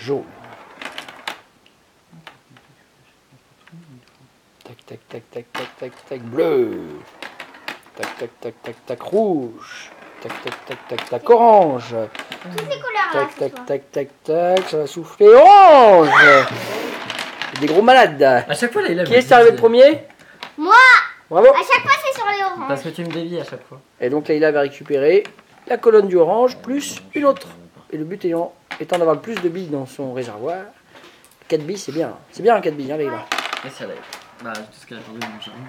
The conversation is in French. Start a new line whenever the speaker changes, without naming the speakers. jaune. Tac, tac, tac, tac, tac, tac, tac, bleu. Tac, tac, tac, tac, tac, rouge. Tac, tac, tac, tac, tac, orange.
Toutes les couleurs là.
Tac,
ce
tac,
soir.
tac, tac, tac, ça va souffler. Orange Des gros malades.
À chaque fois, là, il a
Qui est arrivé le premier
Moi
Bravo
À chaque fois, c'est sur les oranges.
Parce que tu me dévies à chaque fois.
Et donc Leïla va récupérer la colonne du orange plus une autre. Et le but ayant- étant d'avoir le plus de billes dans son réservoir. 4 billes, c'est bien. C'est bien 4 billes, hein, Leïla.
Et ça lève. Bah, tout ce qu'elle a perdu dans mon jardin.